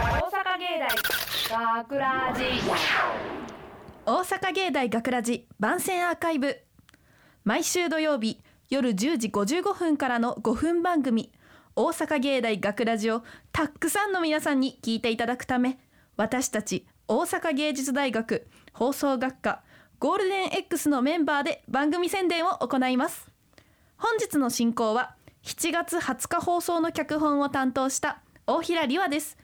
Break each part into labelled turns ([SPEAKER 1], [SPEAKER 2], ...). [SPEAKER 1] 芸大学ラジ
[SPEAKER 2] 大阪芸大学ラジ番宣アーカイブ毎週土曜日夜10時55分からの5分番組大阪芸大学ラジをたくさんの皆さんに聞いていただくため私たち大阪芸術大学放送学科ゴールデン X のメンバーで番組宣伝を行います本日の進行は7月20日放送の脚本を担当した大平里和です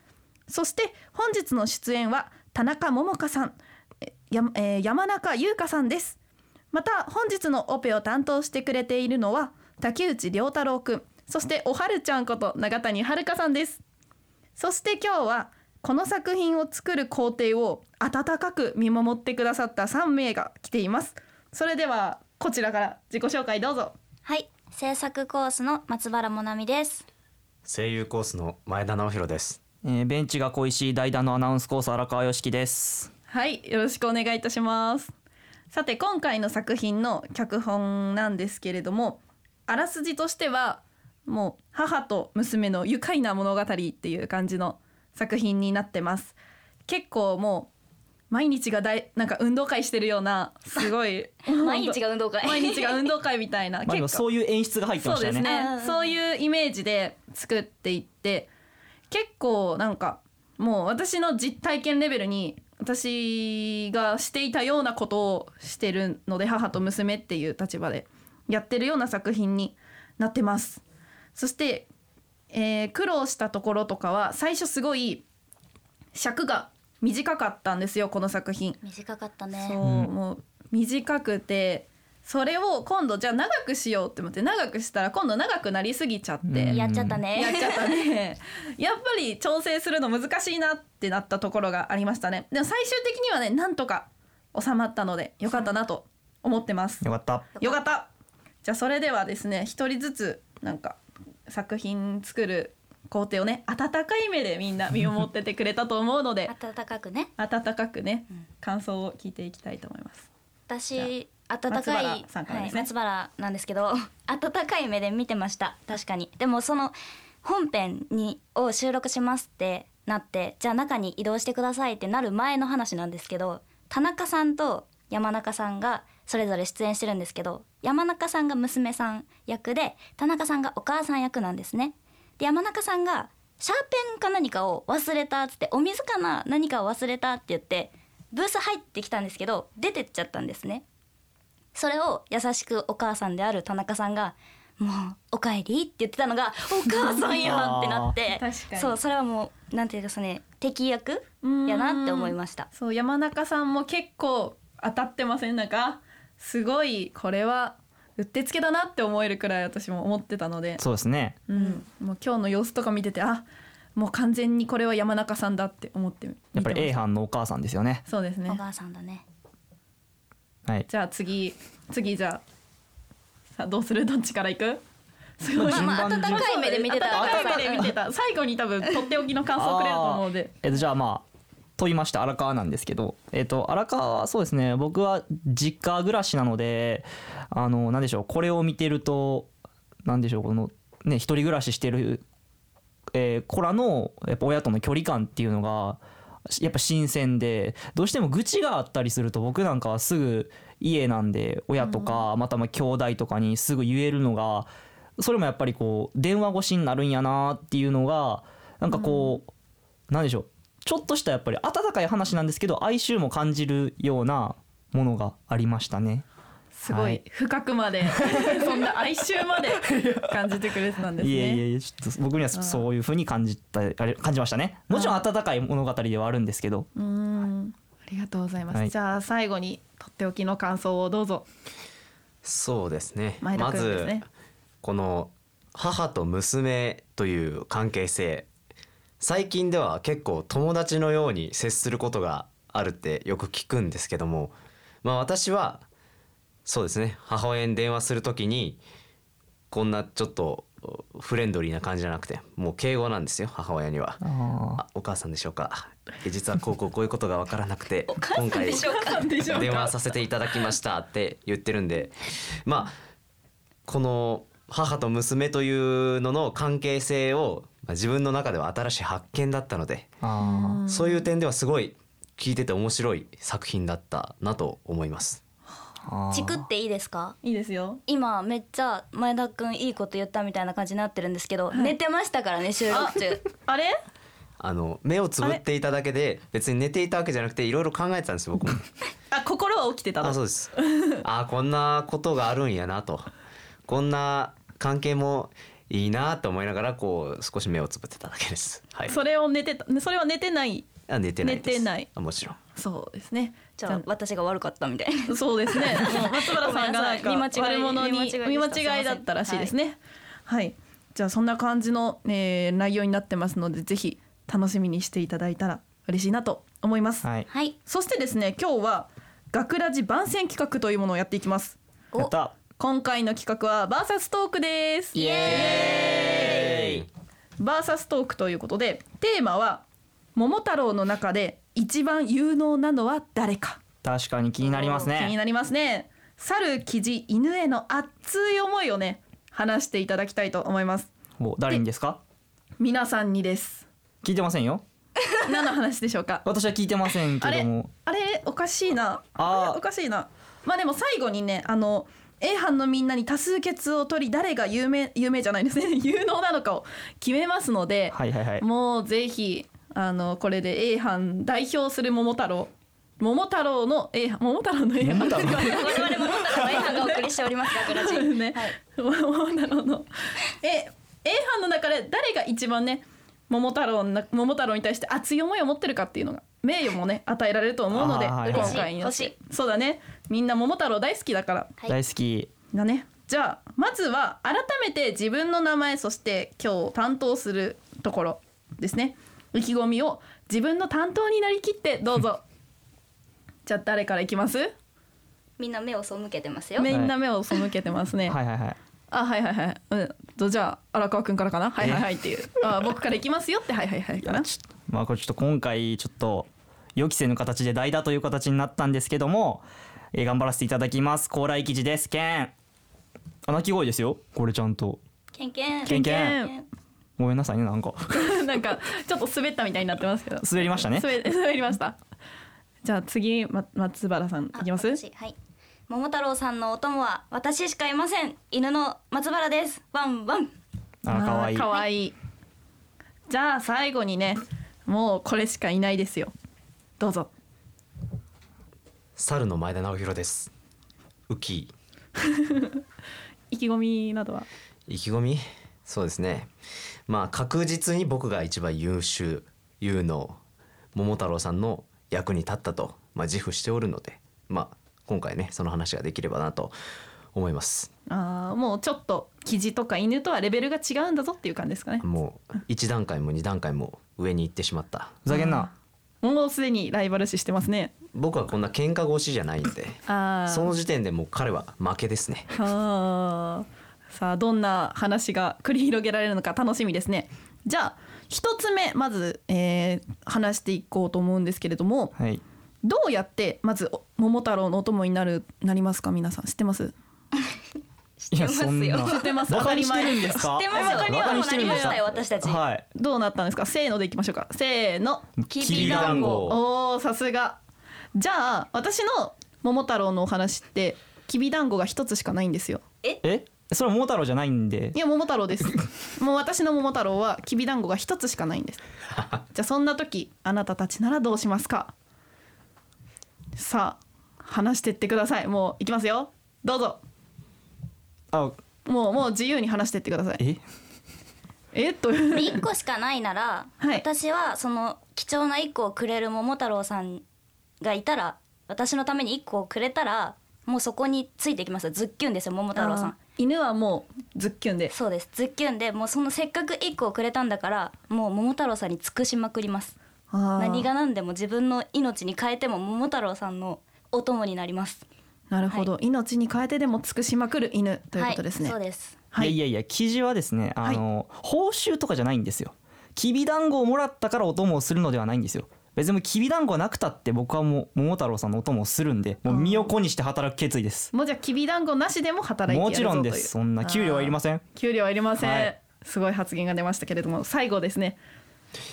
[SPEAKER 2] そして本日の出演は田中桃香さんえや、えー山中優香さんですまた本日のオペを担当してくれているのは竹内涼太郎くんそしておはるちゃんこと永谷遥さんですそして今日はこの作品を作る工程を温かく見守ってくださった3名が来ていますそれではこちらから自己紹介どうぞ
[SPEAKER 3] はい、制作コースの松原もなみです。
[SPEAKER 4] 声優コースの前田直弘です
[SPEAKER 5] えーベンチが恋しい代打のアナウンスコース荒川良樹です。
[SPEAKER 2] はい、よろしくお願いいたします。さて今回の作品の脚本なんですけれども、あらすじとしてはもう母と娘の愉快な物語っていう感じの作品になってます。結構もう毎日がだいなんか運動会してるようなすご い
[SPEAKER 3] 毎日が運動 会。
[SPEAKER 2] 毎日が運動会みたいな
[SPEAKER 5] まあ、でもそういう演出が入ってま
[SPEAKER 2] そう
[SPEAKER 5] した
[SPEAKER 2] です
[SPEAKER 5] よね。
[SPEAKER 2] ね
[SPEAKER 3] うん
[SPEAKER 2] そういうイメージで作っていって結構なんかもう私の実体験レベルに私がしていたようなことをしてるので母と娘っていう立場でやってるような作品になってます。そして、えー苦労したところとかは最初すごい尺が短かったんですよこの作品。
[SPEAKER 3] 短かった
[SPEAKER 2] そう、
[SPEAKER 3] ね。
[SPEAKER 2] もう短くてそれを今度じゃあ長くしようって思って長くしたら今度長くなりすぎちゃって、
[SPEAKER 5] うん
[SPEAKER 2] や
[SPEAKER 3] やっちゃったね。
[SPEAKER 2] っちゃったねやっぱり調整するの難しいなってなったところがありましたねでも最終的にはねなんとか収まったのでよかったなと思ってます
[SPEAKER 5] よかった。
[SPEAKER 2] よかったじゃあそれではですね一人ずつなんか作品作る工程をね温かい目でみんな見守っててくれたと思うの で
[SPEAKER 3] 暖かくね。
[SPEAKER 2] 温かくね
[SPEAKER 3] うん
[SPEAKER 2] 感想を聞いていきたいと思います
[SPEAKER 3] 私暖かい
[SPEAKER 2] 松原さんからですね
[SPEAKER 3] はい、松原なんですけど 暖かい目で見てました確かにでもその本編にを収録しますってなってじゃあ中に移動してくださいってなる前の話なんですけど田中さんと山中さんがそれぞれ出演してるんですけど山中さんが娘さん役で田中さんがお母さん役なんですね。で山中さんがシャーペンか何かを忘れたっつってお水かな何かを忘れたって言ってブース入ってきたんですけど出てっちゃったんですねそれを優しくお母さんである田中さんが「もうおかえり」って言ってたのが「お母さんやん!」ってなって
[SPEAKER 2] あー 確かに
[SPEAKER 3] そうそれはもうなんていうかそのね敵役
[SPEAKER 2] うーん
[SPEAKER 3] やなって思いました
[SPEAKER 2] そう山中さんも結構当たってませんなんかすごいこれはうってつけだなって思えるくらい私も思ってたので
[SPEAKER 5] そうですね。
[SPEAKER 2] うん、もう今日の様子とか見ててあもう完全にこれは山中さんだって思って見て
[SPEAKER 5] やっぱり A
[SPEAKER 2] ま
[SPEAKER 5] 班のお母さんですよね
[SPEAKER 2] し。たそうです
[SPEAKER 3] お
[SPEAKER 2] ね
[SPEAKER 3] 母さんだね
[SPEAKER 5] はい。
[SPEAKER 2] じゃあ次次じゃあさあどうするどっちからいくすごい
[SPEAKER 5] まあまあ
[SPEAKER 3] 暖かい目で見てた
[SPEAKER 2] 温かい目で見てた最後に多分とっておきの感想をくれると思うので
[SPEAKER 5] えっとじゃあまあ問いました荒川なんですけど、えっと荒川はそうですね。僕は実家暮らしなので、あのなんでしょうこれを見てるとなんでしょうこのね一人暮らししてる、えー子らのやっぱ親との距離感っていうのがやっぱ新鮮でどうしても愚痴があったりすると僕なんかはすぐ家なんで親とか、またまあ兄弟とかにすぐ言えるのがそれもやっぱりこう電話越しになるんやなっていうのがなんかこう、なんでしょうちょっとしたやっぱり温かい話なんですけど哀愁も感じるようなものがありましたね。
[SPEAKER 2] すご
[SPEAKER 5] はいい
[SPEAKER 2] 深くまで、そんな哀愁まで感じてくれてたんですね。
[SPEAKER 5] いえいえいえちょっと僕には
[SPEAKER 2] あー
[SPEAKER 5] そういうふうに感じたあれ感じましたねもちろん温かい物語ではあるんですけど
[SPEAKER 2] うーんありがとうございます。
[SPEAKER 5] はい
[SPEAKER 2] じゃあ最後にとっておきの感想をどうぞ
[SPEAKER 4] そうですね
[SPEAKER 2] 前田
[SPEAKER 4] ま
[SPEAKER 2] 君です
[SPEAKER 4] ず
[SPEAKER 2] ね。
[SPEAKER 4] この母と娘という関係性最近では結構友達のように接することがあるってよく聞くんですけどもまあ私はそうですね母親に電話するときにこんなちょっとフレンドリーな感じじゃなくてもう敬語なんですよ母親には。
[SPEAKER 5] あ
[SPEAKER 4] あお母さんでしょうかえ実はこうこうこういうことが分からなくて今回
[SPEAKER 2] でしょうか
[SPEAKER 4] 電話させていただきましたって言ってるんでまあこの母と娘というのの関係性をまあ自分の中では新しい発見だったので、
[SPEAKER 5] あ
[SPEAKER 4] そういう点ではすごい聞いてて面白い作品だったなと思います。
[SPEAKER 5] あ
[SPEAKER 3] チクっていいですか
[SPEAKER 2] いいですよ
[SPEAKER 3] 今めっちゃ前田くんいいこと言ったみたいな感じになってるんですけど、寝てましたからね収録中
[SPEAKER 2] あれ
[SPEAKER 4] あの目をつぶっていただけで別に寝ていたわけじゃなくていろいろ考えてたんです僕も
[SPEAKER 2] あ心は起きてた
[SPEAKER 4] あ
[SPEAKER 2] の
[SPEAKER 4] そうですあこんなことがあるんやなとこんな関係もいいなと思いながらこう少し目をつぶってただけですはい
[SPEAKER 2] それを寝てたそれは寝てない
[SPEAKER 4] あ寝てないです
[SPEAKER 2] 寝てない
[SPEAKER 4] あもちろん
[SPEAKER 2] そうですね
[SPEAKER 3] じゃあ私が悪かったみたいな
[SPEAKER 2] そうです ね。もう松原さんがなんか
[SPEAKER 3] ごめんなさい
[SPEAKER 2] 悪者に
[SPEAKER 3] 見間違いでした
[SPEAKER 2] 見間違いだったらしいですね。はい、じゃあそんな感じの、えー、内容になってますのでぜひ楽しみにしていただいたら嬉しいなと思います。
[SPEAKER 5] はい
[SPEAKER 3] はい
[SPEAKER 2] そしてですね今日は学ラジ番宣企画というものをやっていきます。
[SPEAKER 3] お
[SPEAKER 5] やった
[SPEAKER 2] 今回の企画はバーサストークです。
[SPEAKER 3] イエ
[SPEAKER 2] バーサストークということでテーマは桃太郎の中で一番有能なのは誰か。
[SPEAKER 5] 確かに気になります
[SPEAKER 2] 気に
[SPEAKER 5] ね
[SPEAKER 2] なりますね猿キジ犬への熱い思いをね話していただきたいと思います
[SPEAKER 5] お誰にですか
[SPEAKER 2] 皆さんに です
[SPEAKER 5] 聞いてませんよ
[SPEAKER 2] 何の話でしょうか
[SPEAKER 5] 私は聞いてません
[SPEAKER 2] あ
[SPEAKER 5] けど
[SPEAKER 2] れ
[SPEAKER 5] も
[SPEAKER 2] あれおかしいな
[SPEAKER 5] あー
[SPEAKER 2] あれおかしいなまあでも最後にねあの A 班のみんなに多数決を取り誰が有名有名じゃないですね 有能なのかを決めますので、
[SPEAKER 5] はいはいはい
[SPEAKER 2] もうぜひあのこれで A 班代表する桃太郎桃太郎の A 班桃太郎の A 班
[SPEAKER 5] 桃太郎
[SPEAKER 3] 我々も桃太郎の絵派がお送りしておりますガクラジ
[SPEAKER 2] ね
[SPEAKER 3] はい、
[SPEAKER 2] 桃太郎のえ A 班の中で誰が一番ね桃太郎な桃太郎に対して熱い思いを持ってるかっていうのが名誉もね与えられると思うので、
[SPEAKER 5] あーはい
[SPEAKER 2] 今回になっ
[SPEAKER 3] 嬉しい
[SPEAKER 2] てそうだねみんな桃太郎大好きだから
[SPEAKER 3] はい
[SPEAKER 5] 大好き
[SPEAKER 2] だねじゃあまずは改めて自分の名前そして今日担当するところですね意気込みを自分の担当になりきってどう ぞじゃあ誰からいきます
[SPEAKER 3] みんな目を背けてますよ
[SPEAKER 2] みんな目を背けてますね、
[SPEAKER 5] はいはいはい
[SPEAKER 2] あはいはいはい、うんと、じゃあ荒川くんからかなはいはいはいっていうあ僕から行きますよってはいはいはいかな
[SPEAKER 5] ちょっとまあこれちょっと今回ちょっと予期せぬ形で代打という形になったんですけども、えー頑張らせていただきます高麗記事ですけんあ泣き声ですよこれちゃんと
[SPEAKER 3] ケンケン
[SPEAKER 5] ケンケン
[SPEAKER 3] ケンケン
[SPEAKER 5] ごめんなさいねなんか
[SPEAKER 2] なんかちょっと滑ったみたいになってますけど
[SPEAKER 5] 滑りましたね
[SPEAKER 2] 滑滑りましたじゃあ次、ま、松原さんい
[SPEAKER 3] あ
[SPEAKER 2] きます
[SPEAKER 3] 私はい桃太郎さんのお供は私しかいません犬の松原ですワンワン
[SPEAKER 5] あー可愛い
[SPEAKER 2] かわいいじゃあ最後にねもうこれしかいないですよどうぞ
[SPEAKER 4] 猿の前田直弘ですウキ
[SPEAKER 2] 意気込みなどは
[SPEAKER 4] 意気込みそうですねまあ確実に僕が一番優秀有能桃太郎さんの役に立ったと、まあ、自負しておるので、まあ、今回ねその話ができればなと思います
[SPEAKER 2] あーもうちょっとキジとか犬とはレベルが違うんだぞっていう感じですかね
[SPEAKER 4] もう1段階も2段階も上に行ってしまった
[SPEAKER 5] ふざけんな
[SPEAKER 2] もうすでにライバル視してますね
[SPEAKER 4] 僕はこんな喧嘩腰じゃないんで
[SPEAKER 2] あー
[SPEAKER 4] その時点でもう彼は負けですね
[SPEAKER 2] はあさあどんな話が繰り広げられるのか楽しみですねじゃあ一つ目まず、えー話していこうと思うんですけれども
[SPEAKER 5] はい
[SPEAKER 2] どうやってまずお桃太郎のお供になるなりますか皆さん知ってます
[SPEAKER 5] いや
[SPEAKER 3] 知って
[SPEAKER 5] そ
[SPEAKER 3] ます
[SPEAKER 5] ん
[SPEAKER 3] よ
[SPEAKER 5] な
[SPEAKER 3] 知
[SPEAKER 2] ってます
[SPEAKER 5] バカにしてるんです
[SPEAKER 3] 知っ
[SPEAKER 5] か
[SPEAKER 3] てますよ
[SPEAKER 5] バカに
[SPEAKER 3] バカに
[SPEAKER 5] してるんですか
[SPEAKER 3] なりましたよ私たち
[SPEAKER 5] はい
[SPEAKER 2] どうなったんですかせーのでいきましょうかせーの
[SPEAKER 3] きびだんご
[SPEAKER 2] おおーさすがじゃあ私の桃太郎のお話ってきびだんごが一つしかないん ですよ
[SPEAKER 5] えそれは桃太郎じゃないんで
[SPEAKER 2] いや桃太郎ですもう私の桃太郎はきびだんごが一つしかないん ですじゃあそんな時あなたたちならどうしますかさあ話してってくださいもう行きますよどうぞ
[SPEAKER 5] あ
[SPEAKER 2] もうもう自由に話してってください
[SPEAKER 5] え
[SPEAKER 2] えっと
[SPEAKER 3] 1個しかないなら、
[SPEAKER 2] はい
[SPEAKER 3] 私はその貴重な1個をくれる桃太郎さんがいたら私のために1個をくれたらもうそこについていきますズッキュンですよ桃太郎さん
[SPEAKER 2] あー犬はもうズッキュンで
[SPEAKER 3] そうですズッキュンでもうそのせっかく1個をくれたんだからもう桃太郎さんに尽くしまくります何
[SPEAKER 2] 何
[SPEAKER 3] が何でも自分の命に変えても桃太郎さんのお供になります
[SPEAKER 2] なるほど、命に変えてでも尽くしまくる犬ということですね
[SPEAKER 3] はい、そうです
[SPEAKER 2] はい
[SPEAKER 5] いやいやいや記事はですねあの、報酬とかじゃないんですよきびだんごをもらったからお供をするのではないんですよ別にきびだんごはなくたって僕はもう桃太郎さんのお供をするんでもう身を粉にして働く決意です
[SPEAKER 2] もうじゃあきびだんごなしでも働いて
[SPEAKER 5] も
[SPEAKER 2] やる
[SPEAKER 5] ち
[SPEAKER 2] ぞ
[SPEAKER 5] ろん
[SPEAKER 2] という
[SPEAKER 5] ですそんな給料はいりません
[SPEAKER 2] 給料はいりません、
[SPEAKER 5] はい
[SPEAKER 2] すごい発言が出ましたけれども最後ですね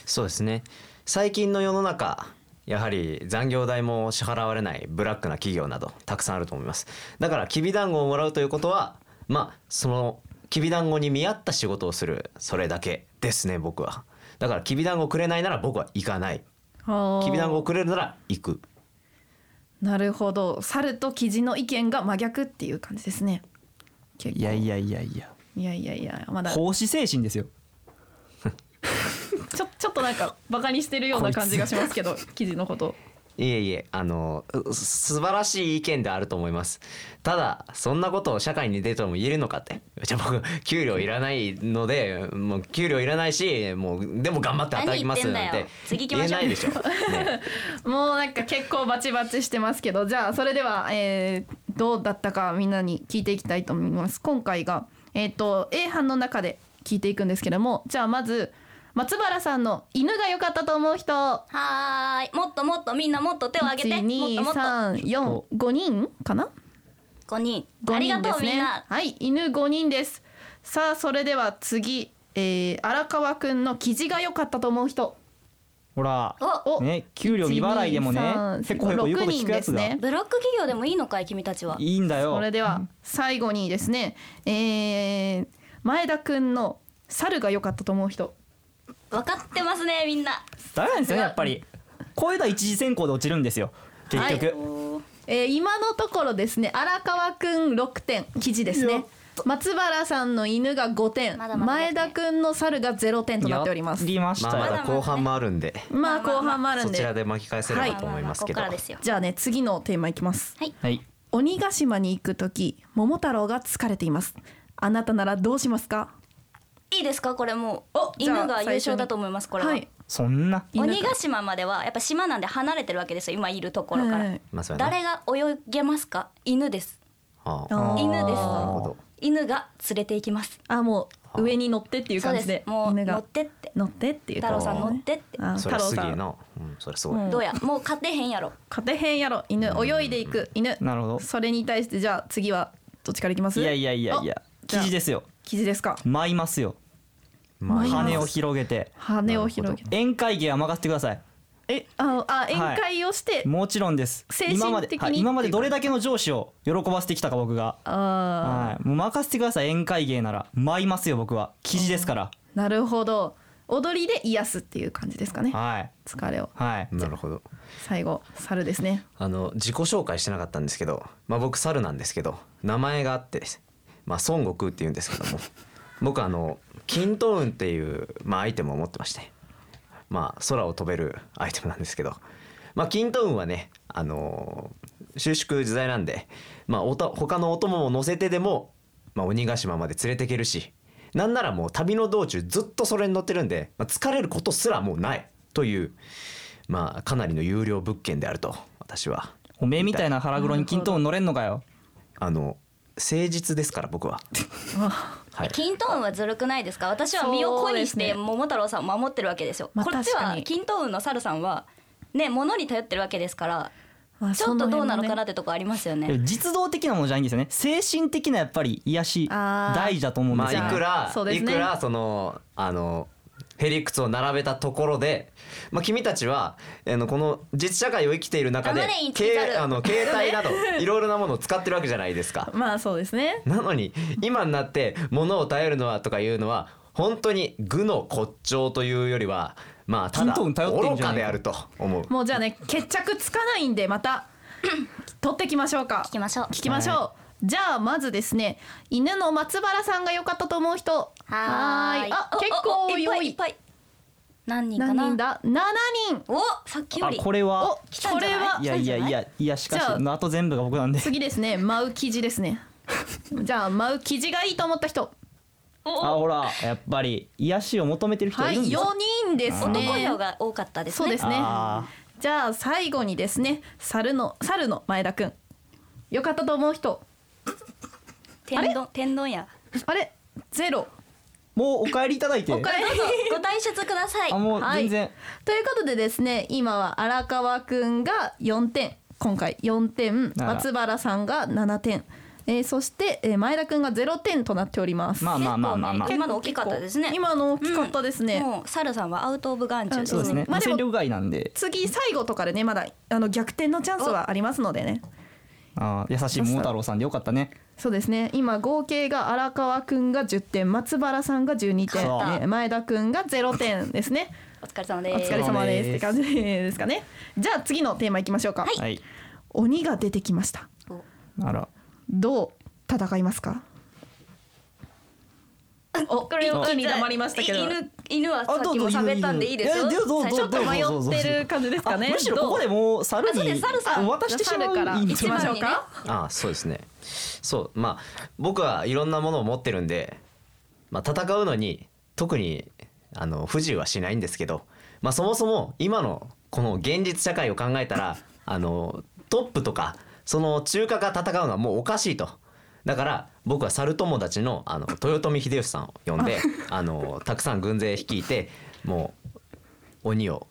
[SPEAKER 4] そうですね最近の世の中やはり残業代も支払われないブラックな企業などたくさんあると思いますだからきびだんごをもらうということはまあそのきびだんごに見合った仕事をするそれだけですね僕はだからきびだんごくれないなら僕は行かないきびだんごくれるなら行く
[SPEAKER 2] なるほど猿とキジの意見が真逆っていう感じですね結構
[SPEAKER 5] いやいやいやいや
[SPEAKER 2] いやいやいやまだちょ
[SPEAKER 5] 奉仕精神ですよ
[SPEAKER 2] ちょっとなんかバカにしてるような感じがしますけど記事のこと
[SPEAKER 4] いえいえあのう素晴らしい意見であると思いますただそんなことを社会に出ても言えるのかってじゃあ僕給料いらないのでもう給料いらないしもうでも頑張って働きますな
[SPEAKER 3] 何言って
[SPEAKER 4] んて
[SPEAKER 3] んだよ次行き
[SPEAKER 4] 言
[SPEAKER 3] ま
[SPEAKER 4] え
[SPEAKER 3] しょう
[SPEAKER 4] ないでしょ、ね、
[SPEAKER 2] もうなんか結構バチバチしてますけどじゃあそれでは、えーどうだったかみんなに聞いていきたいと思います今回が、えー、と A 班の中で聞いていくんですけどもじゃあまず松原さんの犬が良かったと思う人
[SPEAKER 3] はーいもっともっとみんなもっと手を挙げてもっともっと
[SPEAKER 2] 12345人かな
[SPEAKER 3] 5人
[SPEAKER 2] 五
[SPEAKER 3] あり
[SPEAKER 2] 人
[SPEAKER 3] が
[SPEAKER 2] で
[SPEAKER 3] と
[SPEAKER 2] す
[SPEAKER 3] うみんな
[SPEAKER 2] はい犬五人ですさあそれでは次、えー、荒川くんの記事が良かったと思う人
[SPEAKER 5] ほら
[SPEAKER 3] お
[SPEAKER 2] お
[SPEAKER 5] ね給料未払いでもね
[SPEAKER 2] 1 2 3
[SPEAKER 5] 結構結構言うこと聞く
[SPEAKER 2] 六人で
[SPEAKER 5] やつ
[SPEAKER 2] す
[SPEAKER 5] が
[SPEAKER 2] ね
[SPEAKER 3] ブラック企業でもいいのかい君たちはい
[SPEAKER 5] いんだよ
[SPEAKER 2] それでは最後にですね、えー、前田くんの猿が良かったと思う人
[SPEAKER 3] 分かってますねみんな
[SPEAKER 5] ダメなんですよねやっぱり声が一次選考で落ちるんですよ結局、
[SPEAKER 2] えー、今のところですね荒川くん6点記事です
[SPEAKER 5] やっ
[SPEAKER 2] ね松原さんの犬が5点
[SPEAKER 3] まだまだで
[SPEAKER 2] 前
[SPEAKER 3] すね
[SPEAKER 2] 田くんの猿が0点となっております
[SPEAKER 5] やりまし
[SPEAKER 4] ま
[SPEAKER 5] た
[SPEAKER 4] あ
[SPEAKER 5] よ、
[SPEAKER 4] まだ後半もあるんで
[SPEAKER 2] まあ後半もあるん
[SPEAKER 4] そ
[SPEAKER 2] で
[SPEAKER 4] ちらで巻き返せればと思いますけど、
[SPEAKER 3] まあまあまあここからですよ
[SPEAKER 2] じゃあね次のテーマいきます
[SPEAKER 5] はい
[SPEAKER 2] 鬼ヶ島に行くとき桃太郎が疲れていますあなたならどうしますか
[SPEAKER 3] いいですかこれもう
[SPEAKER 2] おじゃあ
[SPEAKER 3] 犬が優勝だと思いますこれは、
[SPEAKER 2] はい
[SPEAKER 5] そんな
[SPEAKER 2] 犬が
[SPEAKER 3] 鬼ヶ島まではやっぱ島なんで離れてるわけですよ今いるところから、
[SPEAKER 2] はい
[SPEAKER 4] まあそうやな
[SPEAKER 3] 誰が泳げますか犬です
[SPEAKER 4] ああ
[SPEAKER 2] あー
[SPEAKER 3] 犬です
[SPEAKER 4] なるほ
[SPEAKER 5] あ
[SPEAKER 4] ど
[SPEAKER 3] 犬が連れて行きます
[SPEAKER 2] あもう上に乗ってっていう
[SPEAKER 3] そ
[SPEAKER 2] 感
[SPEAKER 3] うで
[SPEAKER 2] じ
[SPEAKER 3] す
[SPEAKER 2] で
[SPEAKER 3] もう
[SPEAKER 2] 犬
[SPEAKER 3] 乗
[SPEAKER 2] が
[SPEAKER 3] ってって
[SPEAKER 2] 乗ってっていう
[SPEAKER 3] 太郎さん乗
[SPEAKER 2] 感
[SPEAKER 3] っ
[SPEAKER 2] じで
[SPEAKER 3] てって
[SPEAKER 2] あ太
[SPEAKER 4] それ
[SPEAKER 2] 郎
[SPEAKER 4] す
[SPEAKER 2] さ
[SPEAKER 4] げえ
[SPEAKER 2] ん
[SPEAKER 4] な、うん、それすごい、
[SPEAKER 2] うん
[SPEAKER 3] どうやもう勝てへんやろ
[SPEAKER 2] 勝てへんやろ犬泳いでいく犬
[SPEAKER 5] なるほど
[SPEAKER 2] それに対してじゃあ次はどっちからいきます
[SPEAKER 5] いやいやいやいや
[SPEAKER 2] おじ
[SPEAKER 5] 記
[SPEAKER 2] ゃあ
[SPEAKER 5] 事ですよ
[SPEAKER 2] 記事ですか
[SPEAKER 5] 舞いますよ
[SPEAKER 4] まあ
[SPEAKER 2] 舞います
[SPEAKER 5] 羽を広げて
[SPEAKER 2] 羽を広げて
[SPEAKER 5] 宴会芸は任せてください
[SPEAKER 2] えああ宴会をして、
[SPEAKER 5] もちろんです
[SPEAKER 2] 精神
[SPEAKER 5] 今まで
[SPEAKER 2] 的に
[SPEAKER 5] はい今ま
[SPEAKER 2] っ
[SPEAKER 5] で
[SPEAKER 2] ていうか
[SPEAKER 5] どれだけの上司を喜ばせてきたか僕が
[SPEAKER 2] ああ
[SPEAKER 5] はい、もう任せてください宴会芸なら舞いますよ僕は記事ですから
[SPEAKER 2] なるほど踊りで癒すっていう感じですかね
[SPEAKER 5] はい
[SPEAKER 2] 疲れを
[SPEAKER 5] はい
[SPEAKER 4] なるほど
[SPEAKER 2] 最後猿です ね
[SPEAKER 4] あの自己紹介してなかったんですけど、まあ、僕猿なんですけど名前があってです、まあ、孫悟空っていうんですけども 僕あの筋斗雲っていう、まあ、アイテムを持ってまして、まあ、空を飛べるアイテムなんですけど、まあ、筋斗雲はね、あの収縮自在なんで、まあ、おた他のお供を乗せてでも、まあ、鬼ヶ島まで連れてけるしなんならもう旅の道中ずっとそれに乗ってるんで、まあ、疲れることすらもうないという、まあ、かなりの有料物件であると私は
[SPEAKER 5] おめえみたいな腹黒に均等に乗れんのかよ
[SPEAKER 4] あの誠実ですから僕は。 はい、
[SPEAKER 3] キントーンはずるくないですか私は身を粉にし
[SPEAKER 2] そうで
[SPEAKER 3] て
[SPEAKER 2] すね
[SPEAKER 3] 桃太郎さんを守ってるわけですよ、
[SPEAKER 2] まあ
[SPEAKER 3] こっち
[SPEAKER 2] 確か
[SPEAKER 3] は
[SPEAKER 2] に
[SPEAKER 3] キントーンの猿さんはね物に頼ってるわけですから
[SPEAKER 2] まあ
[SPEAKER 3] ちょっとどうなのかな
[SPEAKER 2] そ
[SPEAKER 3] ってとこありますよね
[SPEAKER 5] でも実動的なものじゃないんですよね精神的なやっぱり癒し
[SPEAKER 2] あー
[SPEAKER 5] 大事だと思うんで
[SPEAKER 4] ますあ
[SPEAKER 5] よ、ね
[SPEAKER 4] いくら、
[SPEAKER 2] そうで
[SPEAKER 4] い
[SPEAKER 2] すね
[SPEAKER 4] くらそのあのヘリクツを並べたところで、まあ、君たちはあのこの実社会を生きている中で
[SPEAKER 3] 黙れインチキ
[SPEAKER 4] け
[SPEAKER 3] 猿
[SPEAKER 4] あ の携帯などいろいろなものを使ってるわけじゃないですか
[SPEAKER 2] 辺。まあそうですね
[SPEAKER 4] なのに今になって物を頼るのはとかいうのは本当に愚の骨頂というよりはまあただ
[SPEAKER 5] 均等に頼ってん
[SPEAKER 4] 愚
[SPEAKER 5] じゃ
[SPEAKER 4] か
[SPEAKER 5] ないか
[SPEAKER 4] であると思う。
[SPEAKER 2] もうじゃあね決着つかないんでま た取ってきましょうか
[SPEAKER 3] 聞きましょう
[SPEAKER 2] 聞きましょう、じゃあまずですね犬の松原さんが良かったと思う人ーいあ
[SPEAKER 3] お
[SPEAKER 2] 結構
[SPEAKER 3] おお
[SPEAKER 2] 多い
[SPEAKER 3] いっぱいいっぱい何人か
[SPEAKER 2] 何
[SPEAKER 3] な
[SPEAKER 2] 人だ7人
[SPEAKER 3] おさっきよ
[SPEAKER 5] あ
[SPEAKER 3] り
[SPEAKER 5] これ
[SPEAKER 2] お
[SPEAKER 5] は
[SPEAKER 3] 来たん
[SPEAKER 2] こ
[SPEAKER 3] じゃ
[SPEAKER 2] れ
[SPEAKER 3] ない
[SPEAKER 2] はい
[SPEAKER 5] やいやいやいやしかし
[SPEAKER 2] じゃあ
[SPEAKER 5] あと全部が僕なんで
[SPEAKER 2] 次です ね舞う生地ですねじゃあ舞う生地がいいと思った人
[SPEAKER 5] あほらやっぱり癒しを求めてる人
[SPEAKER 2] は
[SPEAKER 5] はい
[SPEAKER 2] い
[SPEAKER 5] るんです
[SPEAKER 2] 4
[SPEAKER 5] よ、
[SPEAKER 2] 人ですね
[SPEAKER 3] 男票が多かったです
[SPEAKER 2] そう
[SPEAKER 3] ね
[SPEAKER 2] ですね
[SPEAKER 5] あ
[SPEAKER 2] じゃあ最後にですね猿の猿の前田くん良かったと思う人
[SPEAKER 3] 天丼天丼や
[SPEAKER 2] あれゼロ
[SPEAKER 5] もうお帰りいただいて
[SPEAKER 2] おかえり
[SPEAKER 3] どうぞご退出ください
[SPEAKER 5] あもう
[SPEAKER 2] はい
[SPEAKER 5] 全然、
[SPEAKER 2] ということでですね今は荒川くんが4点今回4点
[SPEAKER 5] あら
[SPEAKER 2] 松原さんが7点えーそして、えー前田くんがゼロ点となっております。
[SPEAKER 5] まあまあまあまあまあ
[SPEAKER 3] 結構ね今の大きかったですね
[SPEAKER 2] 結構今の大きかったですね。
[SPEAKER 3] もうサルさんはアウトオブ眼中です
[SPEAKER 5] そうですね、
[SPEAKER 2] まあ
[SPEAKER 5] まあ、
[SPEAKER 2] でも
[SPEAKER 5] 戦力外なんで
[SPEAKER 2] 次最後とかでねまだあの逆転のチャンスはありますのでね。
[SPEAKER 5] あー優しい桃太郎さんでよかったね
[SPEAKER 2] そうですね今合計が荒川くんが10点松原さんが12
[SPEAKER 5] は
[SPEAKER 2] 点、
[SPEAKER 5] い
[SPEAKER 2] ね、前田くんが0点です ね
[SPEAKER 3] お疲れ様
[SPEAKER 2] お
[SPEAKER 3] です
[SPEAKER 2] 疲れ様ですって
[SPEAKER 5] お疲
[SPEAKER 2] 感
[SPEAKER 5] れ
[SPEAKER 2] じですかねじゃあ次のテーマいきましょうか、
[SPEAKER 3] はい
[SPEAKER 5] はい
[SPEAKER 2] 鬼が出てきました
[SPEAKER 3] お
[SPEAKER 5] あら
[SPEAKER 2] どう戦いますかお
[SPEAKER 3] これ
[SPEAKER 2] 一気に黙りましたけど
[SPEAKER 3] い犬犬はさ
[SPEAKER 5] あど
[SPEAKER 3] っ
[SPEAKER 5] う
[SPEAKER 3] き
[SPEAKER 5] ぞ
[SPEAKER 3] も喋ったんでいいですよ
[SPEAKER 5] いやいやどうぞ
[SPEAKER 3] 最初
[SPEAKER 2] ちょっと
[SPEAKER 5] どうぞ
[SPEAKER 2] 迷ってる感じですかね
[SPEAKER 5] あむしろここでもう猿
[SPEAKER 3] あそうで
[SPEAKER 5] に
[SPEAKER 3] す猿さん
[SPEAKER 5] 渡してしまう
[SPEAKER 2] 猿から
[SPEAKER 5] いいん
[SPEAKER 2] 行
[SPEAKER 5] です
[SPEAKER 2] き
[SPEAKER 5] よ
[SPEAKER 2] ましょう
[SPEAKER 3] 一番にね
[SPEAKER 2] か
[SPEAKER 4] ああそうですねそうまあ僕はいろんなものを持ってるんで、まあ、戦うのに特にあの不自由はしないんですけど、まあ、そもそも今のこの現実社会を考えたら あのトップとかその中華が戦うのはもうおかしいと。だから僕は猿友達のあの豊臣秀吉さんを呼んであのたくさん軍勢率いてもう鬼を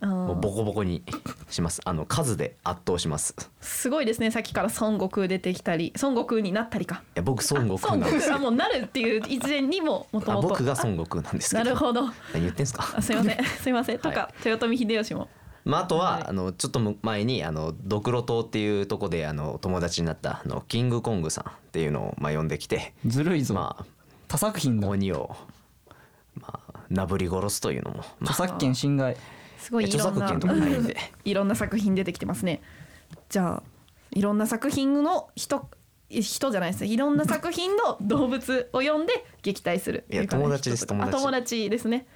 [SPEAKER 2] あー
[SPEAKER 4] もうボコボコにしますあの数で圧倒します
[SPEAKER 2] すごいですねさっきから孫悟空出てきたり孫悟空になったりか
[SPEAKER 4] いや僕孫悟空
[SPEAKER 2] 孫
[SPEAKER 4] なん
[SPEAKER 2] 悟
[SPEAKER 4] です
[SPEAKER 2] 空は
[SPEAKER 4] よ
[SPEAKER 2] もうなるっていう以前にももと
[SPEAKER 4] あ
[SPEAKER 2] もと
[SPEAKER 4] 僕が孫悟空なんですけ
[SPEAKER 2] な
[SPEAKER 4] ど
[SPEAKER 2] るほど
[SPEAKER 4] 何言ってんすか
[SPEAKER 2] あすいま せんすいませんとか、
[SPEAKER 4] は
[SPEAKER 2] 豊臣秀吉も
[SPEAKER 4] まあ、あとは、
[SPEAKER 2] はい
[SPEAKER 4] あのちょっと前にあのドクロ島っていうとこであの友達になったあのキングコングさんっていうのを、まあ、呼んできて
[SPEAKER 5] ずるいぞ、
[SPEAKER 4] ま
[SPEAKER 5] 他作品
[SPEAKER 4] あ
[SPEAKER 5] だ
[SPEAKER 4] 鬼を、まあ、なぶり殺すというのも、ま
[SPEAKER 5] 著
[SPEAKER 4] あ、
[SPEAKER 5] 作権侵害
[SPEAKER 2] すごいい
[SPEAKER 4] 著
[SPEAKER 2] ろん
[SPEAKER 4] 作
[SPEAKER 2] な
[SPEAKER 4] 権とかないんで
[SPEAKER 2] いろんな作品出てきてますねじゃあいろんな作品の人人じゃないですいろんな作品の動物を呼んで撃退する
[SPEAKER 4] いや
[SPEAKER 2] ってう感じ
[SPEAKER 4] 友達です
[SPEAKER 2] 人と
[SPEAKER 4] 友達
[SPEAKER 2] あ友達ですね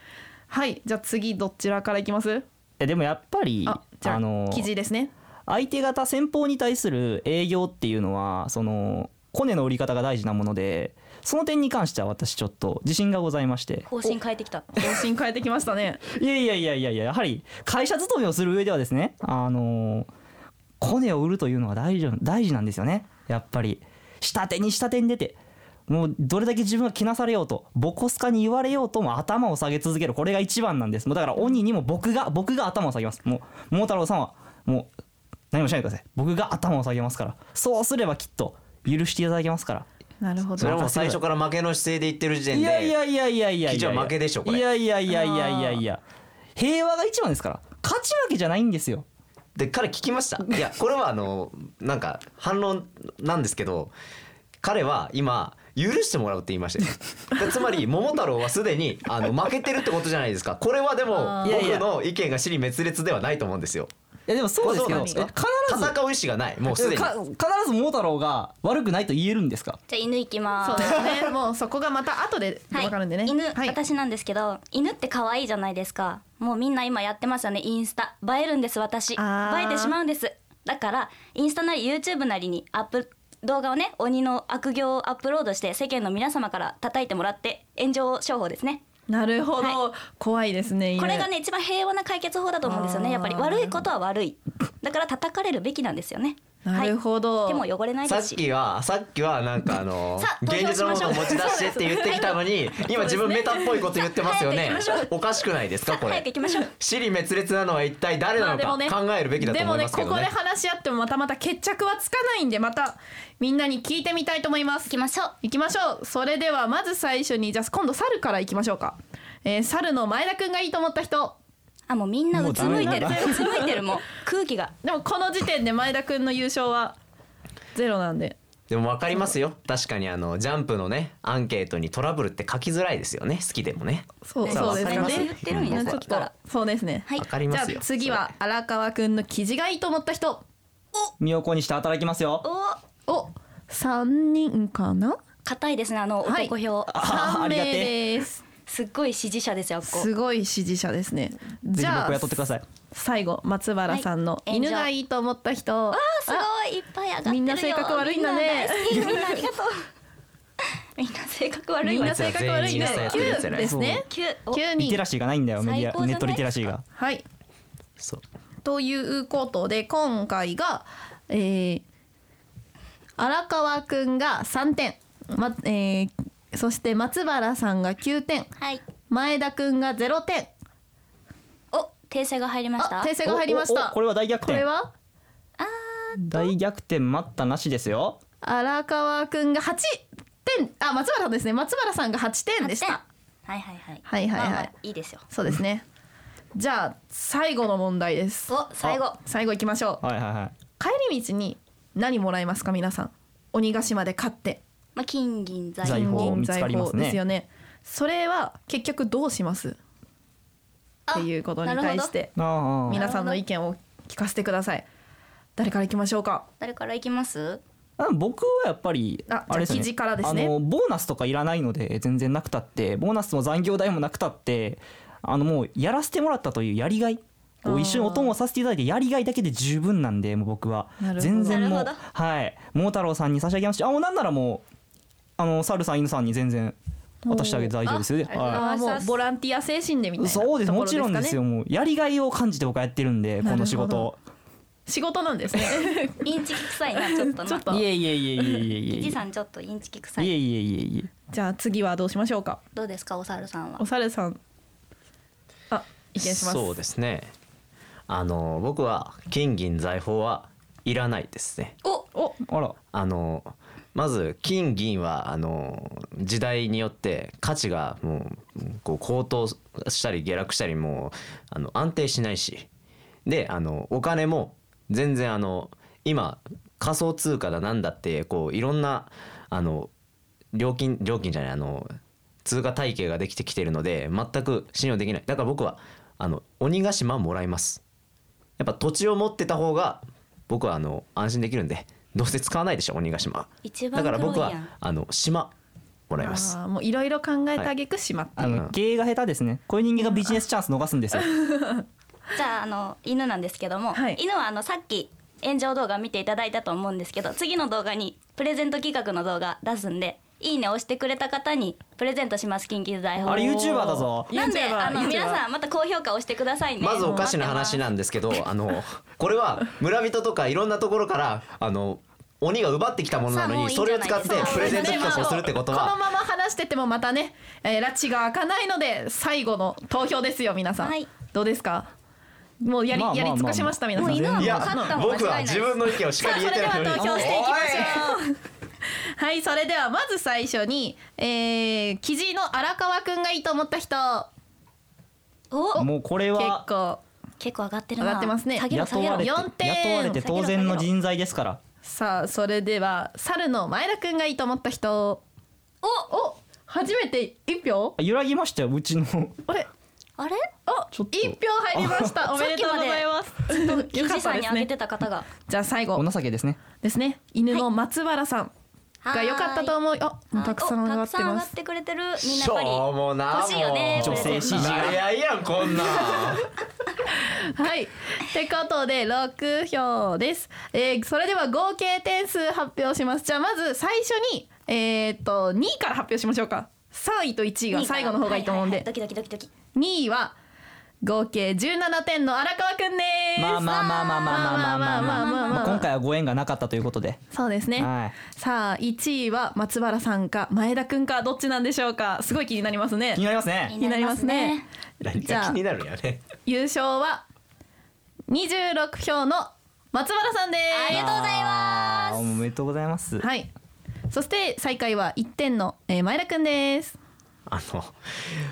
[SPEAKER 2] はいじゃあ次どちらからいきます
[SPEAKER 5] えでもやっぱり
[SPEAKER 2] あ
[SPEAKER 5] あ
[SPEAKER 2] じゃあ、
[SPEAKER 5] の
[SPEAKER 2] 記事ですね
[SPEAKER 5] 相手方先方に対する営業っていうのはそのコネの売り方が大事なものでその点に関しては私ちょっと自信がございまして
[SPEAKER 3] 方針変えてきた
[SPEAKER 2] 方針変えてきましたね
[SPEAKER 5] いやいやいやいやいや やはり会社勤めをする上ではですねあのコネを売るというのは大事大事なんですよねやっぱり下手に下手に出てもうどれだけ自分がけなされようとボコスカに言われようとも頭を下げ続けるこれが一番なんですもうだから鬼にも僕が僕が頭を下げますもう桃太郎さんはもう何もしないでください僕が頭を下げますからそうすればきっと許していただけますから
[SPEAKER 2] なるほ
[SPEAKER 4] それ
[SPEAKER 2] ど
[SPEAKER 4] はもう最初から負けの姿勢で言ってる時点で
[SPEAKER 5] いやいやいやいやいやいや
[SPEAKER 4] 記事は負けでしょこれ
[SPEAKER 5] いやいやいやいやいやいや平和が一番ですから勝ち負けじゃないんですよ
[SPEAKER 4] で彼聞きましたいやこれはあのなんか反論なんですけど彼は今許してもらうって言いましたよでつまり桃太郎はすでにあの負けてるってことじゃないですかこれはでも
[SPEAKER 5] ーいやい
[SPEAKER 4] 僕
[SPEAKER 5] や
[SPEAKER 4] の意見が死に滅裂ではないと思うんですよ
[SPEAKER 5] いやでもそうですけど
[SPEAKER 2] そうなんですか
[SPEAKER 5] え必ず
[SPEAKER 4] 戦う意志がないもうすでに
[SPEAKER 5] か必ず桃太郎が悪くないと言えるんですか
[SPEAKER 3] じゃあ犬行き
[SPEAKER 2] そ
[SPEAKER 3] ま
[SPEAKER 2] う
[SPEAKER 3] す
[SPEAKER 2] ですねもうそこがまた後で
[SPEAKER 3] はい
[SPEAKER 2] 分かるんでね、
[SPEAKER 3] 犬、
[SPEAKER 2] はい
[SPEAKER 3] 私なんですけど犬って可愛いじゃないですかもうみんな今やってますよねインスタ映えるんです私映
[SPEAKER 2] あー
[SPEAKER 3] えてしまうんですだからインスタなり YouTube なりにアップ動画をね鬼の悪行をアップロードして世間の皆様から叩いてもらって炎上商法ですね
[SPEAKER 2] なるほど、
[SPEAKER 3] は
[SPEAKER 2] 怖いですね犬
[SPEAKER 3] これがね一番平和な解決法だと思うんですよ
[SPEAKER 2] あ
[SPEAKER 3] ね
[SPEAKER 2] ー
[SPEAKER 3] やっぱり悪いことは悪いだから叩かれるべきなんですよね
[SPEAKER 2] なるほど、
[SPEAKER 3] はい、手も汚れない
[SPEAKER 4] さ
[SPEAKER 3] で
[SPEAKER 4] っ
[SPEAKER 3] すし
[SPEAKER 4] きはさっきはなんかあの
[SPEAKER 3] さあ投
[SPEAKER 4] 現
[SPEAKER 3] 票し
[SPEAKER 4] 実の
[SPEAKER 3] ま
[SPEAKER 4] も
[SPEAKER 3] しょ
[SPEAKER 4] の
[SPEAKER 3] う
[SPEAKER 4] を持ち出してって言ってきたのに今自分メタっぽいこと言ってますよ
[SPEAKER 3] 早
[SPEAKER 4] ね
[SPEAKER 3] く行きましょう
[SPEAKER 4] おかしくないですか
[SPEAKER 3] 早
[SPEAKER 4] こ
[SPEAKER 3] く行
[SPEAKER 4] れ
[SPEAKER 3] きましょう
[SPEAKER 4] 死に滅裂なのは一体誰
[SPEAKER 2] ま
[SPEAKER 4] な
[SPEAKER 2] あ
[SPEAKER 4] の
[SPEAKER 2] で
[SPEAKER 4] か
[SPEAKER 2] もね
[SPEAKER 4] 考えるべきだと思いますけ
[SPEAKER 2] でも
[SPEAKER 4] ど
[SPEAKER 2] ね
[SPEAKER 4] ね
[SPEAKER 2] ここで話し合ってもまたまた決着はつかないんでまたみんなに聞いてみたいと思います
[SPEAKER 3] 行きましょう
[SPEAKER 2] 行きましょうそれではまず最初にじゃあ今度猿から行きましょうか、えー、猿の前田くんがいいと思った人
[SPEAKER 3] あもうみんなうつむいてる
[SPEAKER 5] もうダメだ
[SPEAKER 3] うつむいてるもう空気が
[SPEAKER 2] でもこの時点で前田くんの優勝はゼロなんで
[SPEAKER 4] でも分かりますよ確かにあのジャンプのねアンケートにトラブルって書きづらいですよね好きでもね
[SPEAKER 2] そう
[SPEAKER 3] ね
[SPEAKER 2] そうです
[SPEAKER 3] わかります言
[SPEAKER 2] ね
[SPEAKER 3] ってるんや
[SPEAKER 2] うんちょっとそうですね
[SPEAKER 3] はい
[SPEAKER 4] 分かりま
[SPEAKER 2] じゃ
[SPEAKER 4] すよ
[SPEAKER 2] あ次は荒川くんの記事がいいと思った人
[SPEAKER 5] 身を粉にして働きますよ
[SPEAKER 3] お
[SPEAKER 2] お三人かな
[SPEAKER 3] 硬いですねあの
[SPEAKER 2] はい
[SPEAKER 3] 男票、
[SPEAKER 5] あー
[SPEAKER 2] 三
[SPEAKER 5] ありが
[SPEAKER 2] 名
[SPEAKER 5] てえ
[SPEAKER 2] です
[SPEAKER 3] すっごい支持者ですよあっこ
[SPEAKER 2] すごい支持者ですね
[SPEAKER 5] ぜ
[SPEAKER 2] じ
[SPEAKER 5] ひ
[SPEAKER 2] ゃ
[SPEAKER 5] 僕
[SPEAKER 2] あ
[SPEAKER 5] 雇ってください
[SPEAKER 2] 最後松原さんの
[SPEAKER 3] はい
[SPEAKER 2] 犬がいいと思った人、
[SPEAKER 3] あすごいいっぱい上がってるよ
[SPEAKER 2] みんな性格悪いんだね
[SPEAKER 3] みんな大好きみんな ありがとうみんな性格悪
[SPEAKER 2] み
[SPEAKER 3] い
[SPEAKER 2] ん
[SPEAKER 3] わ
[SPEAKER 2] な性格悪いね
[SPEAKER 4] あいつら全員インスタやってるやつ
[SPEAKER 2] 九
[SPEAKER 4] やね
[SPEAKER 2] ですね
[SPEAKER 3] 九お
[SPEAKER 2] 九
[SPEAKER 5] リテ
[SPEAKER 2] 人
[SPEAKER 5] ラシーがないんだよメデ
[SPEAKER 3] 最高
[SPEAKER 5] ィ
[SPEAKER 3] じゃ
[SPEAKER 5] アネ
[SPEAKER 3] ない
[SPEAKER 5] ットリテラシーが
[SPEAKER 2] はい
[SPEAKER 4] そう
[SPEAKER 2] ということで今回が、えー、荒川くんが3点、まえー、そして松原さんが9点
[SPEAKER 3] はい
[SPEAKER 2] 前田くんが0点
[SPEAKER 3] お訂正が入りました
[SPEAKER 2] あ訂正が入りまし
[SPEAKER 5] おお
[SPEAKER 2] た
[SPEAKER 5] おこれは大逆
[SPEAKER 2] これ
[SPEAKER 5] 転
[SPEAKER 2] は
[SPEAKER 5] 大逆転待ったなしですよ
[SPEAKER 2] 荒川くんが8点あ松原さんですね松原さんが8点でし
[SPEAKER 3] 八
[SPEAKER 2] た
[SPEAKER 3] 点はいはいはい
[SPEAKER 2] はいはいはい
[SPEAKER 3] まあまあいいですよ
[SPEAKER 2] そうですねじゃあ最後の問題です
[SPEAKER 3] お最後
[SPEAKER 2] 最後いきましょう
[SPEAKER 5] はいはいはい
[SPEAKER 2] 帰り道に何もらえますか皆さん鬼ヶ島で買って
[SPEAKER 3] まあ金銀財
[SPEAKER 5] 財
[SPEAKER 3] 宝
[SPEAKER 5] 宝見つか
[SPEAKER 2] 財
[SPEAKER 5] りま
[SPEAKER 2] 宝
[SPEAKER 5] すね
[SPEAKER 2] ですよねそれは結局どうしますっ
[SPEAKER 3] あ
[SPEAKER 2] ていうことに
[SPEAKER 3] なるほ
[SPEAKER 2] 対
[SPEAKER 3] ど
[SPEAKER 2] して
[SPEAKER 5] あああ
[SPEAKER 2] 皆さんの意見を聞かせてください誰からいきましょうか
[SPEAKER 3] 誰からいきます
[SPEAKER 5] あ僕はやっぱり
[SPEAKER 2] あ
[SPEAKER 5] あれですね
[SPEAKER 2] じゃあ記事からですね
[SPEAKER 5] あのボーナスとかいらないので全然なくたってボーナスも残業代もなくたってあのもうやらせてもらったというやりがいこ
[SPEAKER 2] あー
[SPEAKER 5] う一緒にお供をさせていただいてやりがいだけで十分なんでもう僕は
[SPEAKER 2] なるほど
[SPEAKER 5] 全然も
[SPEAKER 3] な
[SPEAKER 5] う
[SPEAKER 3] るほ
[SPEAKER 5] はい桃太郎さんに差し上げますしあもうなんならもうあの猿さん犬さんに全然渡してあげて大丈夫ですよ
[SPEAKER 3] おーあ
[SPEAKER 5] はい
[SPEAKER 3] あ
[SPEAKER 2] あーもうボランティア精神でみたいなとこ
[SPEAKER 5] そう
[SPEAKER 2] ろ
[SPEAKER 5] で
[SPEAKER 2] ですすかね
[SPEAKER 5] もちろんですよもうやりがいを感じて僕はやってるんでこの仕
[SPEAKER 2] なる
[SPEAKER 5] 事
[SPEAKER 2] 仕事なんですね
[SPEAKER 3] インチキ臭いなちょっ と
[SPEAKER 2] ちょ
[SPEAKER 3] な
[SPEAKER 2] っと
[SPEAKER 5] いえいえいえいえいえいえ
[SPEAKER 3] キ
[SPEAKER 5] いえ
[SPEAKER 3] ジ
[SPEAKER 5] い
[SPEAKER 3] さんちょっとインチキ臭
[SPEAKER 5] え
[SPEAKER 3] い
[SPEAKER 5] いえいえいえ
[SPEAKER 2] じゃあ次はどうしましょうか
[SPEAKER 3] どうですかお猿さんは
[SPEAKER 2] お猿さんあ意見します
[SPEAKER 4] そうですねあの僕は金銀財宝はいらないですね
[SPEAKER 3] お
[SPEAKER 2] お
[SPEAKER 5] あら
[SPEAKER 4] あのまず金銀はあの時代によって価値がもうこう高騰したり下落したりもうあの安定しないしであのお金も全然あの今仮想通貨だなんだってこういろんなあの料金料金じゃないあの通貨体系ができてきてるので全く信用できないだから僕はあの鬼ヶ島もらいますやっぱ土地を持ってた方が僕はあの安心できるんでどうせ使わないでしょ鬼ヶ島
[SPEAKER 3] 一番
[SPEAKER 4] だから
[SPEAKER 3] 黒い
[SPEAKER 4] 僕
[SPEAKER 3] や
[SPEAKER 4] は
[SPEAKER 3] ん
[SPEAKER 4] あの島もらいます
[SPEAKER 2] あーもういろいろ考えてあげくしまって
[SPEAKER 5] あ
[SPEAKER 2] いう
[SPEAKER 5] の経営が下手ですねこういう人間がビジネスチャンス逃すんですよ
[SPEAKER 3] じゃああの犬なんですけども、
[SPEAKER 2] はい
[SPEAKER 3] 犬はあのさっき炎上動画見ていただいたと思うんですけど次の動画にプレゼント企画の動画出すんで「いいね」押してくれた方にプレゼントします緊急財宝
[SPEAKER 5] あれ YouTuber だぞ
[SPEAKER 3] なんで
[SPEAKER 2] YouTuber
[SPEAKER 3] あの
[SPEAKER 2] YouTuber
[SPEAKER 3] 皆さんまた高評価押してくださいね
[SPEAKER 4] まずおかしな話なんですけど、あのこれは村人とかいろんなところからあの鬼が奪ってきたものな
[SPEAKER 3] さ
[SPEAKER 4] の
[SPEAKER 3] あもうい
[SPEAKER 4] に
[SPEAKER 3] いん
[SPEAKER 4] そ
[SPEAKER 3] じゃ
[SPEAKER 4] れを
[SPEAKER 3] ない
[SPEAKER 4] 使って
[SPEAKER 3] ですか
[SPEAKER 4] プレゼント企画をするってこ
[SPEAKER 2] こ
[SPEAKER 4] と
[SPEAKER 2] の
[SPEAKER 4] は
[SPEAKER 2] まま話しててもまたね、えー、拉致が開かないので最後の投票ですよ皆さん、
[SPEAKER 3] はい
[SPEAKER 2] どうですかもうやり
[SPEAKER 5] まあまあ
[SPEAKER 2] やり尽くしました皆さん
[SPEAKER 3] もう犬はも
[SPEAKER 4] いうや
[SPEAKER 3] 勝ったの間違い
[SPEAKER 4] 僕は
[SPEAKER 3] ないです
[SPEAKER 4] 自分の意見をし
[SPEAKER 2] さ
[SPEAKER 4] っか
[SPEAKER 2] あ
[SPEAKER 4] り
[SPEAKER 2] それ
[SPEAKER 4] 言えて
[SPEAKER 2] で
[SPEAKER 4] な
[SPEAKER 2] は
[SPEAKER 4] いの
[SPEAKER 2] 投
[SPEAKER 4] に
[SPEAKER 2] 票していきましょうはいそれではまず最初に、えー、記事の荒川くんがいいと思った人
[SPEAKER 3] お
[SPEAKER 5] もうこれ
[SPEAKER 2] 結
[SPEAKER 5] は
[SPEAKER 2] 構
[SPEAKER 3] 結構上がってるな
[SPEAKER 2] 上がってますね
[SPEAKER 3] 下げろ下
[SPEAKER 5] 雇
[SPEAKER 3] げ
[SPEAKER 5] わ
[SPEAKER 3] ろ
[SPEAKER 5] れて
[SPEAKER 2] よ4
[SPEAKER 5] 雇
[SPEAKER 2] 点
[SPEAKER 5] われて当然の人材ですから
[SPEAKER 2] さあそれでは猿の前田くんがいいと思った人
[SPEAKER 3] お
[SPEAKER 2] お初めて一票
[SPEAKER 5] あ揺らぎましたようちの
[SPEAKER 2] あれ
[SPEAKER 3] あれ
[SPEAKER 2] お
[SPEAKER 5] ちょっと
[SPEAKER 2] 一票入りましたおめでとうございます
[SPEAKER 3] 記事さんにあげて
[SPEAKER 2] ね
[SPEAKER 3] た方が
[SPEAKER 2] じゃあ最後
[SPEAKER 5] お情けですね
[SPEAKER 2] ですね犬の松原さんが良かったと
[SPEAKER 3] 思
[SPEAKER 2] 思うあもうたくさん上がって
[SPEAKER 3] たくさん上
[SPEAKER 2] ま
[SPEAKER 3] がっ
[SPEAKER 2] す
[SPEAKER 3] てくれてるみんな
[SPEAKER 4] し
[SPEAKER 3] やっぱり
[SPEAKER 4] ょうもな
[SPEAKER 3] 欲しいよね
[SPEAKER 4] もう
[SPEAKER 5] 女性支 持が
[SPEAKER 4] なれ合いやんこんなん
[SPEAKER 2] はいってことで6票です、えー、それでは合計点数発表しますじゃあまず最初にえー、っと2位から発表しましょうか3位と1位が最後の方がいいと思うん
[SPEAKER 3] は
[SPEAKER 2] で
[SPEAKER 3] ははドキドキドキドキ
[SPEAKER 2] 2位は合計17点の荒川くんです、
[SPEAKER 5] まあまあまあまあまあまあまあまあ
[SPEAKER 2] まあまあまあまあま
[SPEAKER 5] ま
[SPEAKER 2] あ
[SPEAKER 5] あ今回はご縁がなかったということで
[SPEAKER 2] そうですね、
[SPEAKER 5] は
[SPEAKER 2] さあ1位は松原さんか前田くんかどっちなんでしょうかすごい気になりますね
[SPEAKER 5] 気になります
[SPEAKER 3] 気
[SPEAKER 5] ね
[SPEAKER 3] になります
[SPEAKER 2] 気になり
[SPEAKER 3] ね
[SPEAKER 2] ま
[SPEAKER 4] 何
[SPEAKER 2] じゃあ
[SPEAKER 4] が気になるんやね
[SPEAKER 2] 優勝は26票の松原さんで
[SPEAKER 3] ありがとうございます
[SPEAKER 5] あーおめでとうございます
[SPEAKER 2] すはいそして最下位は1点のえー前田くんです
[SPEAKER 4] あの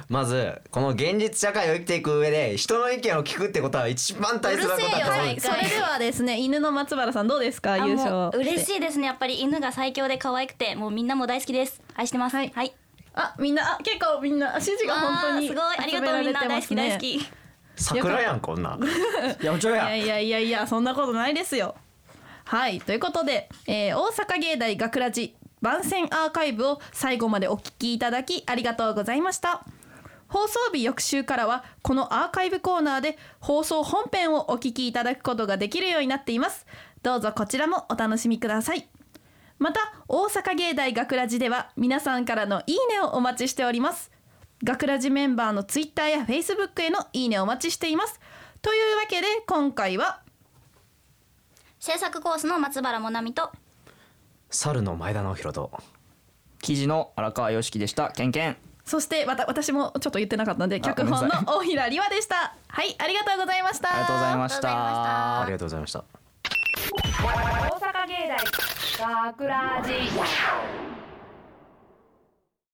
[SPEAKER 4] まずこの現実社会を生きていく上で人の意見を聞くってことは一番大切なことだと思うん
[SPEAKER 2] は
[SPEAKER 4] で
[SPEAKER 2] い
[SPEAKER 4] す
[SPEAKER 2] それではですね犬の松原さんどうですか
[SPEAKER 3] あ
[SPEAKER 2] 優勝
[SPEAKER 3] もう嬉
[SPEAKER 2] い
[SPEAKER 3] しいですねやっぱり犬が最強で可愛くてもうみんなも大好きです愛してますはい、はい、
[SPEAKER 2] あみんなあ結構みんな指示が本当に
[SPEAKER 3] わーすごいありがとうみんな大好き大好き
[SPEAKER 4] 桜やんこんなん
[SPEAKER 5] いやおちょ
[SPEAKER 2] いや
[SPEAKER 5] や
[SPEAKER 2] いやいやいやそんなことないですよ。はいということで、えー大阪芸大学ラジ番宣アーカイブを最後までお聞きいただきありがとうございました。放送日翌週からはこのアーカイブコーナーで放送本編をお聞きいただくことができるようになっています。どうぞこちらもお楽しみください。また大阪芸大学ラジでは皆さんからのいいねをお待ちしております学ラジメンバーのツイッターやフェイスブックへのいいねをお待ちしていますというわけで今回は
[SPEAKER 3] 制作コースの松原もなみと
[SPEAKER 4] 猿の前田直弘と
[SPEAKER 5] 記事の荒川良樹でしたけんけん
[SPEAKER 2] そしてわた私もちょっと言ってなかったんで
[SPEAKER 5] あ
[SPEAKER 2] 脚
[SPEAKER 5] ごめ
[SPEAKER 2] 本
[SPEAKER 5] んなさい
[SPEAKER 2] の大平里和でしたはいありがとうございました
[SPEAKER 5] ありがとうございまし
[SPEAKER 3] ありがとうございました
[SPEAKER 4] ありがとうございました
[SPEAKER 1] 大阪芸大ガクラジ